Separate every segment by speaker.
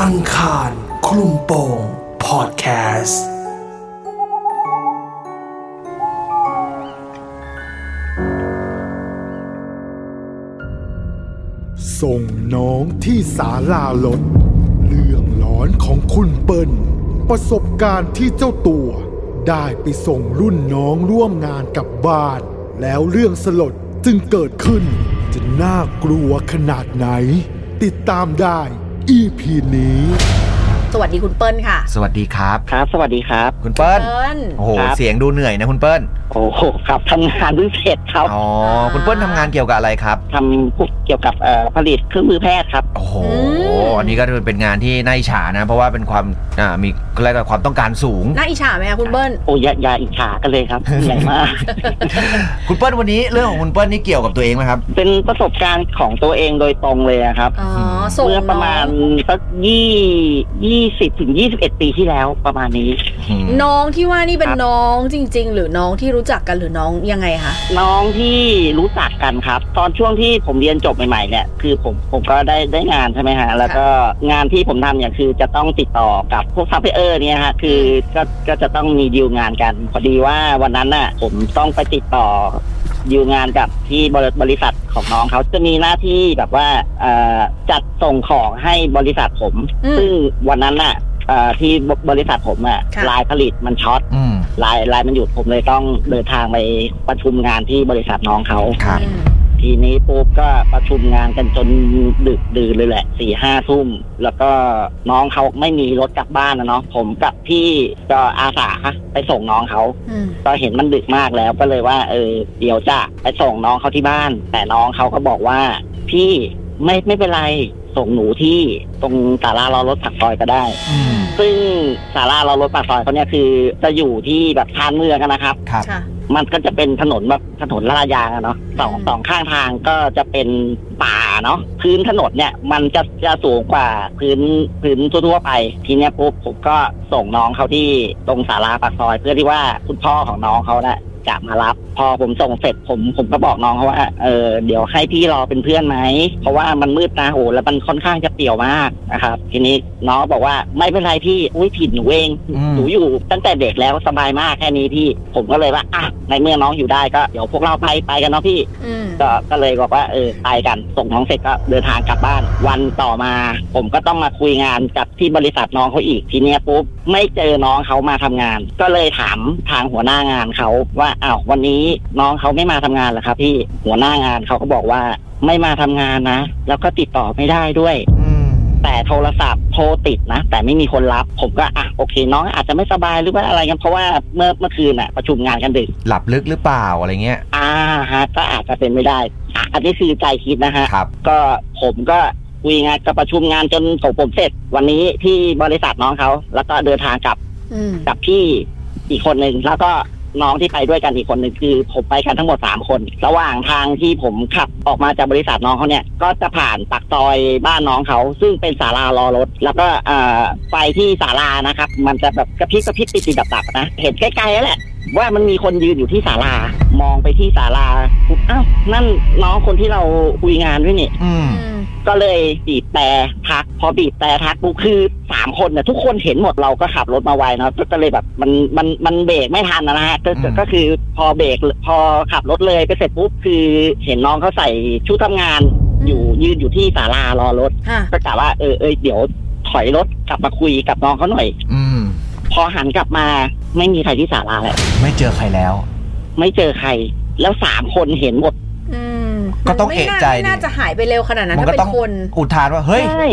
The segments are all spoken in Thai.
Speaker 1: อังคารคลุมโปงพอดแคสต์
Speaker 2: ส่งน้องที่ศาลาลดเรื่องหลอนของคุณเปิ้ลประสบการณ์ที่เจ้าตัว ได้ไปส่งรุ่นน้องร่วมงานกลับบ้าน แล้วเรื่องสลดจึงเกิดขึ้น จะน่ากลัวขนาดไหน ติดตามได้ EP นี้
Speaker 3: สวัสดีคุณเปิ้ลค่ะ
Speaker 4: สวัสดีครับ
Speaker 5: ครับ สวัสดีครับ
Speaker 4: คุณเปิ้ล
Speaker 3: เปิ้ล
Speaker 4: โอ้โห
Speaker 5: ครับ
Speaker 4: เสียงดูเหนื่อยนะคุณเปิ้ล
Speaker 5: โอ้โหครับทำงานเพิ่งเสร็จครับ
Speaker 4: อ๋อ
Speaker 3: ครับ
Speaker 4: คุณเปิ้ลทำงานเกี่ยวกับอะไรครับ
Speaker 5: ทำพวกเกี่ยวกับเอ่อผลิตเครื่องมือแพทย์ครับ
Speaker 4: โอ้โห
Speaker 3: อืม
Speaker 4: อันนี้ก็เป็นงานที่น่าอิจฉานะ เพราะว่าเป็นความอ่ามีอะไรยกับความต้องการสูง
Speaker 3: น่าอิจฉาไหมคะคุณเปิ้ล
Speaker 5: โอ้ยอยาอยาอิจฉากัน เลยครับ ใหญ่มาก
Speaker 4: คุณเปิ้ลวันนี้เรื่องของคุณเปิ้ลนี่เกี่ยวกับตัวเองไหมครับ
Speaker 5: เป็นประสบการณ์ของตัวเองโดยตรงเลยอะครับ
Speaker 3: อ๋อ
Speaker 4: ม
Speaker 3: ส่ง
Speaker 5: เมื่อป
Speaker 3: น้อ
Speaker 5: ระมาง ณสักยี่ยี่สิบถึงยี่สิบเอ็ดปีที่แล้วประมาณนี้
Speaker 4: อืม
Speaker 3: น้องที่ว่านี่เป็น
Speaker 5: ครับ
Speaker 3: น้องจริง ๆ หรือน้องที่รู้จักกันหรือน้องยังไงคะ
Speaker 5: น้องที่รู้จักกันครับ ตอนช่วงที่ผมเรียนจบใหม่ๆเนี่ยคือผมผมก็ได้ได้งานใช่ไหมฮะแล้วก็งานที่ผมทำเนี่ยคือจะต้องติดต่อกับพวกซัพพลายเออร์เนี่ยฮะคือก็ก็จะต้องมีดีลงานกัน พอดีว่าวันนั้นน่ะผมต้องไปติดต่อดีลงานกับที่บริบริษัทของน้องเขาจะมีหน้าที่แบบว่าเอ่อจัดส่งของให้บริษัทผม
Speaker 3: อืม
Speaker 5: ซึ่งวันนั้นน่ะเอ่อที่บริษัทผมอะ
Speaker 3: ค่ะ
Speaker 5: ลายผลิตมันช็อต
Speaker 4: อืม
Speaker 5: ไลายลายมันหยุดผมเลยต้องเดินทางไปประชุมงานที่บริษัทน้องเขา
Speaker 4: ครับ
Speaker 3: อืม
Speaker 5: ทีนี้ปุ๊บก็ประชุมงานกันจนดึกดื่นเลยแหละสี่ห้าทุ่มแล้วก็น้องเขาไม่มีรถกลับบ้านนะเนาะผมกับพี่ก็อาสาไปส่งน้องเขา
Speaker 3: อืม
Speaker 5: ก็เห็นมันดึกมากแล้วก็เลยว่า เออเดี๋ยวจะไปส่งน้องเขาที่บ้าน แต่น้องเขาก็บอกว่า พี่ไม่ไม่เป็นไรส่งหนูที่ตรงตารารอรถผักซอยก็ได้
Speaker 4: อืม
Speaker 5: ซึ่งสาราเรารถปากซอยเขาเนี่ยคือจะอยู่ที่แบบชานเมืองอะนะครับ
Speaker 4: ครับ
Speaker 3: ค่ะ
Speaker 5: มันก็จะเป็นถนนแบบถนนลาดยางอะเนาะสอง
Speaker 3: อืม
Speaker 5: สองข้างทางก็จะเป็นป่าเนาะพื้นถนนเนี่ยมันจะจะสูงกว่าพื้นพื้นทั่วๆไป ทีเนี้ยปุ๊บผมก็ส่งน้องเขาที่ตรงศาลาปากซอย เพื่อที่ว่าคุณพ่อของน้องเขาน่ะจะมารับ พอผมส่งเสร็จผมผมก็บอกน้องเขาว่าเออเดี๋ยวให้พี่รอเป็นเพื่อนไหมเพราะว่ามันมืดนะโอ้แล้วมันค่อนข้างจะเปลี่ยวมากนะครับ ทีนี้น้องบอกว่าไม่เป็นไรพี่อุ้ยผิดหนูเอง
Speaker 4: อืม
Speaker 5: หนูอยู่ตั้งแต่เด็กแล้วสบายมากแค่นี้พี่ ผมก็เลยว่าอ่ะในเมื่อน้องอยู่ได้ก็เดี๋ยวพวกเราไปไปกันเนาะพี่
Speaker 3: อืม
Speaker 5: ก็ก็เลยบอกว่าเออไปกันส่งน้องเสร็จก็เดินทางกลับบ้าน วันต่อมา ผมก็ต้องมาคุยงานกับที่บริษัทน้องเขาอีกทีเนี้ยปุ๊บไม่เจอน้องเขามาทำงาน ก็เลยถามทางหัวหน้างานเขาว่าอ้าววันนี้น้องเขาไม่มาทำงานเหรอครับพี่หัวหน้างานเขาก็บอกว่าไม่มาทำงานนะ แล้วก็ติดต่อไม่ได้ด้วย
Speaker 4: อืม
Speaker 5: แต่โทรศัพท์โทรติดนะ แต่ไม่มีคนรับผมก็อ่ะโอเค น้องอาจจะไม่สบายหรือว่าอะไรกันเพราะว่าเมื่อเมื่อคืนอ่ะประชุมงานกันดึก
Speaker 4: หลับลึกหรือเปล่าอะไรเงี้ย
Speaker 5: อ่าฮะก็อาจจะเป็นไม่ได้อ่ะอันนี้คือใจคิดนะฮะ
Speaker 4: ครับ
Speaker 5: ก็ผมก็คุยงานกับประชุมงานจนของผมเสร็จ วันนี้ที่บริษัทน้องเขา แล้วก็เดินทางกลับ
Speaker 3: อืม
Speaker 5: กับพี่อีกคนหนึ่งแล้วก็น้องที่ไปด้วยกันอีกคนหนึ่งคือผมไปกันทั้งหมดสามคน ระหว่างทางที่ผมขับออกมาจากบริษัทน้องเขาเนี่ย ก็จะผ่านปากซอยบ้านน้องเขา ซึ่งเป็นศาลารอรถ แล้วก็เอ่อไฟที่ศาลานะครับ มันจะแบบกระพริบกระพริบติดติดดับดับๆนะเห็นใกล้ๆแล้วแหละ ว่ามันมีคนยืนอยู่ที่ศาลามองไปที่ศาลาปุ๊บอ้าวนั่นน้องคนที่เราคุยงานด้วยนี่
Speaker 4: อืม
Speaker 3: อืม
Speaker 5: ก็เลยบีบแต่ทัก พอบีบแต่ทักปุ๊บคือสามคนเนี่ยทุกคนเห็นหมดเราก็ขับรถมาไวเนาะก็เลยแบบมันมันมันเบรกไม่ทันนะฮะก็ก็ก็คือพอเบรกพอขับรถเลยไปเสร็จปุ๊บคือเห็นน้องเขาใส่ชุดทำงาน อยู่ยืนอยู่ที่ศาลารอรถ
Speaker 3: ค่ะ
Speaker 5: ก็กะว่าเออเอยเดี๋ยวถอยรถกลับมาคุยกับน้องเขาหน่อย
Speaker 4: อืม
Speaker 5: พอหันกลับมาไม่มีใครที่ศาลาแหละ
Speaker 4: ไม่เจอใครแล้ว
Speaker 5: ไม่เจอใคร แล้วสามคนเห็นหมด
Speaker 3: อืม
Speaker 4: ก็ต้อง
Speaker 3: มัน
Speaker 4: เอะ
Speaker 3: ไม่น่า
Speaker 4: ใจดิ
Speaker 3: ไม่น่าจะหายไปเร็วขนาดนั้น
Speaker 4: มั
Speaker 3: ถ้า
Speaker 4: ก็
Speaker 3: เป็
Speaker 4: ต้อง
Speaker 3: นคน
Speaker 4: อุทานว่าเฮ้ย
Speaker 5: ใช่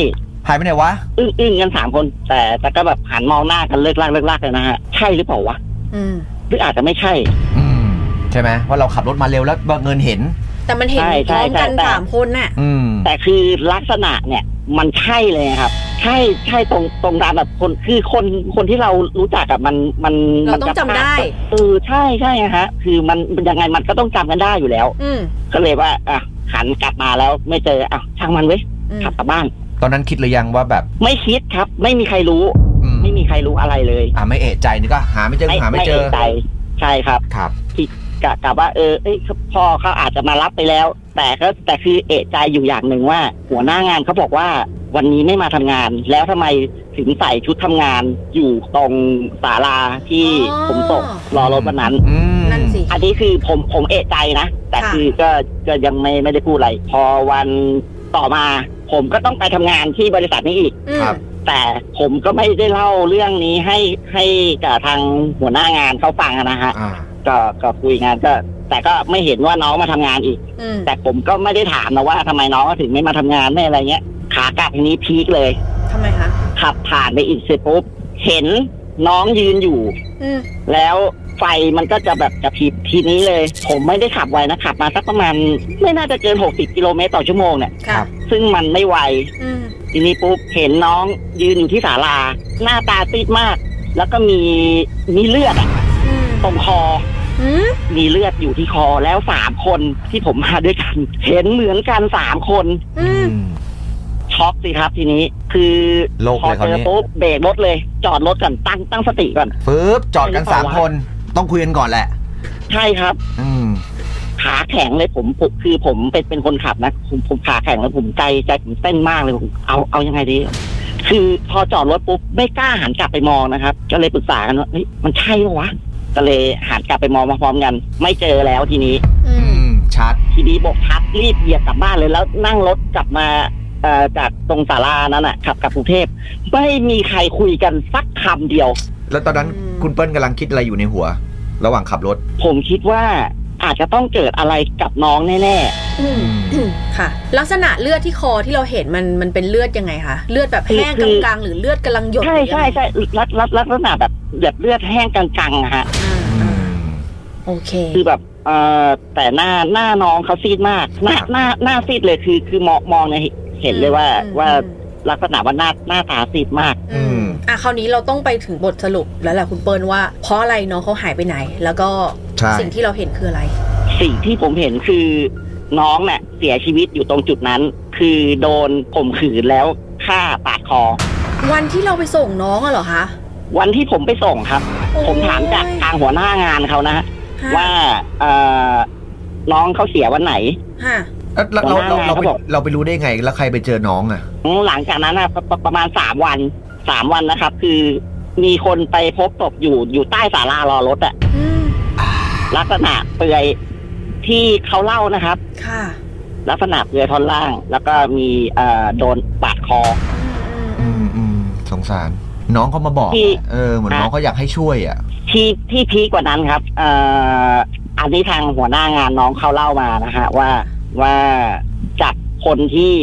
Speaker 4: หายไปไหนวะ
Speaker 5: อึ้งอึ้งกันสามคน แต่แต่ก็แบบหันมองหน้ากันเลิกลากเลิกลากเลยนะฮะ ใช่หรือเปล่าวะ
Speaker 3: อืม
Speaker 5: หรืออาจจะไม่ใช่
Speaker 4: อืมใช่ไหมว่าเราขับรถมาเร็วแล้วบังเงินเห็น
Speaker 3: แต่มันเห็น
Speaker 5: ใช่
Speaker 3: พ
Speaker 5: ใช่
Speaker 3: ร้อมกัน
Speaker 5: ใช่แต่
Speaker 3: สามคนน่ะ
Speaker 4: อืม
Speaker 5: แต่คือลักษณะเนี่ยมันใช่เลยครับ ใช่ใช่ตรงตรงตามแบบคนคือคนคนที่เรารู้จักอะมันมัน
Speaker 3: เราต้
Speaker 5: มัน
Speaker 3: อง
Speaker 5: จะ
Speaker 3: จำได้
Speaker 5: เออใช่ใช่ฮะ คือมันมันยังไงมันก็ต้องจำกันได้อยู่แล้ว
Speaker 3: อืม
Speaker 5: ก็เลยว่าอ่ะหันกลับมาแล้วไม่เจออ่ะช่างมันเว้ย
Speaker 3: อืม
Speaker 5: ขับกลับบ้าน
Speaker 4: ตอนนั้นคิดหรือยังว่าแบบ
Speaker 5: ไม่คิดครับ ไม่มีใครรู้
Speaker 4: อืม
Speaker 5: ไม่มีใครรู้อะไรเลย
Speaker 4: อ่าไม่เอะใจนี่ก็หาไม่เจอหาไม่เจอ
Speaker 5: เะใจใช่ครับ
Speaker 4: ครับ
Speaker 5: กะกะว่าเออเอ้ยพ่อเขาอาจจะมารับไปแล้ว แต่ก็แต่คือเอะใจอยู่อย่างหนึ่งว่า หัวหน้างานเขาบอกว่า วันนี้ไม่มาทำงาน แล้วทำไมถึงใส่ชุดทำงานอยู่ตรงศาลาที่
Speaker 3: อ๋อ
Speaker 5: ผมตกรอรถวันนั้น
Speaker 4: อืม
Speaker 3: นั่นสิ
Speaker 5: อันนี้คือผมผมเอะใจนะ แต่
Speaker 3: ค่ะ
Speaker 5: คือก็ก็ยังไม่ไม่ได้พูดอะไร พอวันต่อมา ผมก็ต้องไปทำงานที่บริษัทนี้อีก
Speaker 3: อืม
Speaker 4: ครับ
Speaker 5: แต่ผมก็ไม่ได้เล่าเรื่องนี้ให้ให้กับทางหัวหน้างานเขาฟังอะนะฮะ
Speaker 4: อ่า
Speaker 5: ก็ก็คุยงานก็ แต่ก็ไม่เห็นว่าน้องมาทำงานอีก
Speaker 3: อืม
Speaker 5: แต่ผมก็ไม่ได้ถามนะว่าทำไมน้องก็ถึงไม่มาทำงานไม่อะไรเงี้ย ขากลับทีนี้พีคเลย
Speaker 3: ทำไมคะ
Speaker 5: ขับผ่านไปอีกเสร็จปุ๊บเห็นน้องยืนอยู่
Speaker 3: อืม
Speaker 5: แล้วไฟมันก็จะแบบกระพริบทีนี้เลย ผมไม่ได้ขับไวนะขับมาสักประมาณไม่น่าจะเกิน 60กิโลเมตรต่อชั่วโมงเนี่ย
Speaker 4: ครั
Speaker 3: ค่ะ
Speaker 4: บ
Speaker 5: ซึ่งมันไม่ไว
Speaker 3: อืม
Speaker 5: ทีนี้ปุ๊บเห็นน้องยืนอยู่ที่ศาลา หน้าตาซีดมาก แล้วก็มีมีเลือดอะ
Speaker 3: อืม
Speaker 5: ตรงคอ
Speaker 3: อืม
Speaker 5: มีเลือดอยู่ที่คอแล้วสามคนที่ผมมาด้วยกัน เห็นเหมือนกันสามคน
Speaker 3: อืม
Speaker 4: อืม
Speaker 5: ช็อกสิครับทีนี้คือ
Speaker 4: โลก
Speaker 5: พอ
Speaker 4: เลยครา
Speaker 5: เจ
Speaker 4: วนี้
Speaker 5: อปุ๊บเบรกรถเลย จอดรถก่อนตั้งตั้งสติก่อน
Speaker 4: ฟืบจอดกันสามคน ต้องคุยกันก่อนแหละ
Speaker 5: ใช่ครับ
Speaker 4: อืม
Speaker 5: ขาแข็งเลยผมผมคือผมเป็นเป็นคนขับนะผมผมขาแข็งแล้วผมใจใจผมเต้นมากเลยผมเอาเอายังไงดี คือพอจอดรถปุ๊บไม่กล้าหันกลับไปมองนะครับ ก็เลยปรึกษากันว่าเฮ้ยมันใช่ปะวะก็เลยหันกลับไปมองมาพร้อมกัน ไม่เจอแล้วทีนี้
Speaker 3: อื
Speaker 4: อื
Speaker 3: ม
Speaker 4: ม ชัด
Speaker 5: ทีนี้บอกทับรีบเหยียบกลับบ้านเลยแล้วนั่งรถกลับมาเอ่อจากตรงศาลานั้นอ่ะขับกลับกรุงเทพไม่มีใครคุยกันสักคำเดียว
Speaker 4: แล้วตอนนั้น
Speaker 3: อืม
Speaker 4: คุณเปิ้ลกำลังคิดอะไรอยู่ในหัว ระหว่างขับรถ
Speaker 5: ผมคิดว่าอาจจะต้องเกิดอะไรกับน้องแน่
Speaker 3: อืมอืมค่ะ ลักษณะเลือดที่คอที่เราเห็นมันมันเป็นเลือดยังไงคะ เลือดแบบแห้งกลางๆ หรือเลือดกำลังหย
Speaker 5: ๆ
Speaker 3: ด
Speaker 5: ใช่
Speaker 3: หรือยังไง
Speaker 5: ใช่ใช่ลักลักลักษณะแบบแบบเลือดแห้งกลางๆนะฮะ
Speaker 3: อ่า
Speaker 4: อื
Speaker 3: อ่าม โอเค
Speaker 5: คือแบบเอ่อแต่หน้าหน้าน้องเขาซีดมาก หน้า
Speaker 4: ครับ
Speaker 5: หน้าหน้าซีดเลยคือคือมองมองเนี่ยเห็นเลยว่า
Speaker 3: อืม
Speaker 5: ว่า
Speaker 3: อืม
Speaker 5: ลักษณะว่าหน้าหน้าตาซีดมาก
Speaker 4: อืม
Speaker 3: อ่ะคราวนี้เราต้องไปถึงบทสรุปแล้วแหละคุณเปิ้ลว่าเพราะอะไรน้องเขาหายไปไหน แล้วก็
Speaker 4: ใช่
Speaker 3: สิ่งที่เราเห็นคืออะไร
Speaker 5: สิ่งที่ผมเห็นคือน้องเนี่ยเสียชีวิตอยู่ตรงจุดนั้น คือโดนข่มขืนแล้วฆ่าปาดคอ
Speaker 3: วันที่เราไปส่งน้องอะเหรอคะ
Speaker 5: วันที่ผมไปส่งครับ ผมถามจากทางหัวหน้างานเขานะฮะ
Speaker 3: ว่า
Speaker 5: ว่าเอ่อน้องเขาเสียวันไหน
Speaker 3: ฮะ
Speaker 4: แล้วเราเราเราเรา
Speaker 5: หัวหน้างานเขา
Speaker 4: ไป
Speaker 5: บอก
Speaker 4: เราไปรู้ได้ไง แล้วใครไปเจอน้องอ่ะ
Speaker 5: หลังจากนั้นนะประประประมาณสามวันสามวันนะครับ คือมีคนไปพบศพอยู่อยู่ใต้ศาลารอรถอะ
Speaker 3: อืม
Speaker 5: ลักษณะเปลือยที่เขาเล่านะครับ
Speaker 3: ค่ะ
Speaker 5: ลักษณะเปลือยท่อนล่าง แล้วก็มีเอ่อโดนปาดคอ
Speaker 4: อืมอืมสงสาร น้องเขามาบอก
Speaker 5: ที่
Speaker 4: เออเหมือนน้องเขาอยากให้ช่วยอ่ะ
Speaker 5: ที่ที่พีคกว่านั้นครับเอ่ออันนี้ทางหัวหน้างานน้องเขาเล่ามานะฮะว่าว่าจับคนที่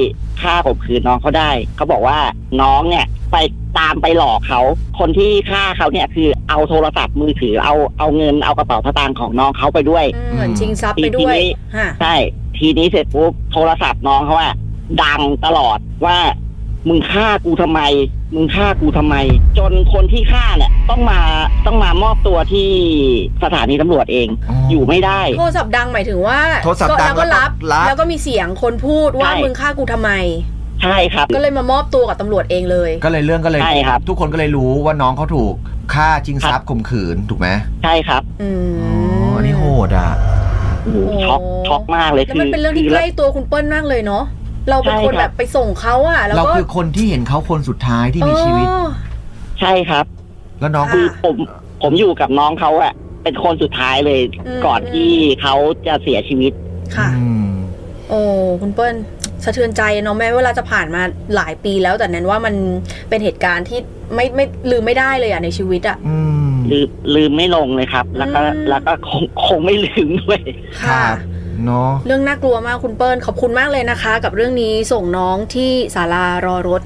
Speaker 5: ฆ่าข่มขืนน้องเขาได้เขาบอกว่าน้องเนี่ยไปตามไปหลอกเขา คนที่ฆ่าเขาเนี่ยคือเอาโทรศัพท์มือถือเอาเอาเงินเอากระเป๋าสตางค์ของน้องเขาไปด้วย
Speaker 3: อืมอืมเหมือนชิงทรัพย์ไปด้วย
Speaker 5: ทีนี้
Speaker 3: ฮะ
Speaker 5: ใช่ทีนี้เสร็จปุ๊บโทรศัพท์น้องเขาว่าดังตลอดว่ามึงฆ่ากูทำไม มึงฆ่ากูทำไม จนคนที่ฆ่าเนี่ยต้องมาต้องมามอบตัวที่สถานีตำรวจเอง
Speaker 4: อ๋อ
Speaker 5: อ
Speaker 4: อ
Speaker 5: ยู่ไม่ได้
Speaker 3: โทรศัพท์ดังหมายถึงว่า
Speaker 4: โทรศัพท์
Speaker 3: ก็
Speaker 4: ดัง
Speaker 3: แล้วก็รับ
Speaker 4: แล้วก็รับ
Speaker 3: แล้วก็มีเสียงคนพูดว่า
Speaker 5: ใช่
Speaker 3: มึงฆ่ากูทำไม
Speaker 5: ใช่ครับ
Speaker 3: ก็เลยมามอบตัวกับตำรวจเองเลย
Speaker 4: ก็เลยเรื่องก็เลย
Speaker 5: ใช่ครับ
Speaker 4: ทุกคนก็เลยรู้ว่าน้องเขาถูกฆ่าจริงทรัพย์ข่มขืนถูกไหม
Speaker 5: ใช่ครับ
Speaker 3: อื
Speaker 4: อ๋
Speaker 3: ม
Speaker 4: ออันนี้โหดอ่ะ
Speaker 5: โอ้โหช็อกช็อกมากเลย
Speaker 3: แล้ว
Speaker 5: คือ
Speaker 3: มันเป็นเรื่องที่
Speaker 5: คื
Speaker 3: ใก
Speaker 5: แล้ว
Speaker 3: ล้ตัวคุณเปิ้ลมากเลยเนาะเราเป็น
Speaker 5: ใช่
Speaker 3: คน
Speaker 5: ครับ
Speaker 3: แบบไปส่งเขาอะแล้ว
Speaker 4: เรา
Speaker 3: ก็
Speaker 4: คือคนที่เห็นเขาคนสุดท้ายที่มีชีวิต
Speaker 3: อ๋อ
Speaker 5: ใช่ครับ
Speaker 4: แล้วน้อง
Speaker 5: คือ
Speaker 3: ค่ะ
Speaker 5: ผมผมอยู่กับน้องเขาอะเป็นคนสุดท้ายเลย
Speaker 3: อืม
Speaker 5: ก่อนที่เขาจะเสียชีวิต
Speaker 3: ค่ะ
Speaker 4: อืม
Speaker 3: โอ้คุณเปิ้ลสะเทือนใจเนาะแม้เวลาจะผ่านมาหลายปีแล้วแต่นั้นว่ามันเป็นเหตุการณ์ที่ไม่ไม่ลืมไม่ได้เลยอะในชีวิตอะ
Speaker 4: อืม
Speaker 5: ลืมลืมไม่ลงเลยครับ แล้วก็
Speaker 3: อืม
Speaker 5: แล้วก็คงคงไม่ลืมด้วย
Speaker 4: ครับ เนาะ
Speaker 3: เรื่องน่ากลัวมากคุณเปิ้ลขอบคุณมากเลยนะคะ กับเรื่องนี้ส่งน้องที่ศาลารอรถ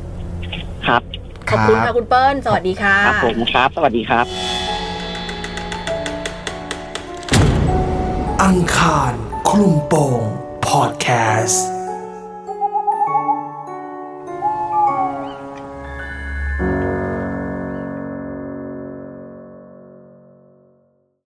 Speaker 5: ครับ
Speaker 3: ขอบคุณ
Speaker 4: ครั
Speaker 3: ค่ะ
Speaker 4: บ
Speaker 3: คุณเปิ้ลสวัสดีค่ะ
Speaker 5: ครับผมครับ สวัสดีครับ
Speaker 1: อังคารคลุมโปงพอดแคสต์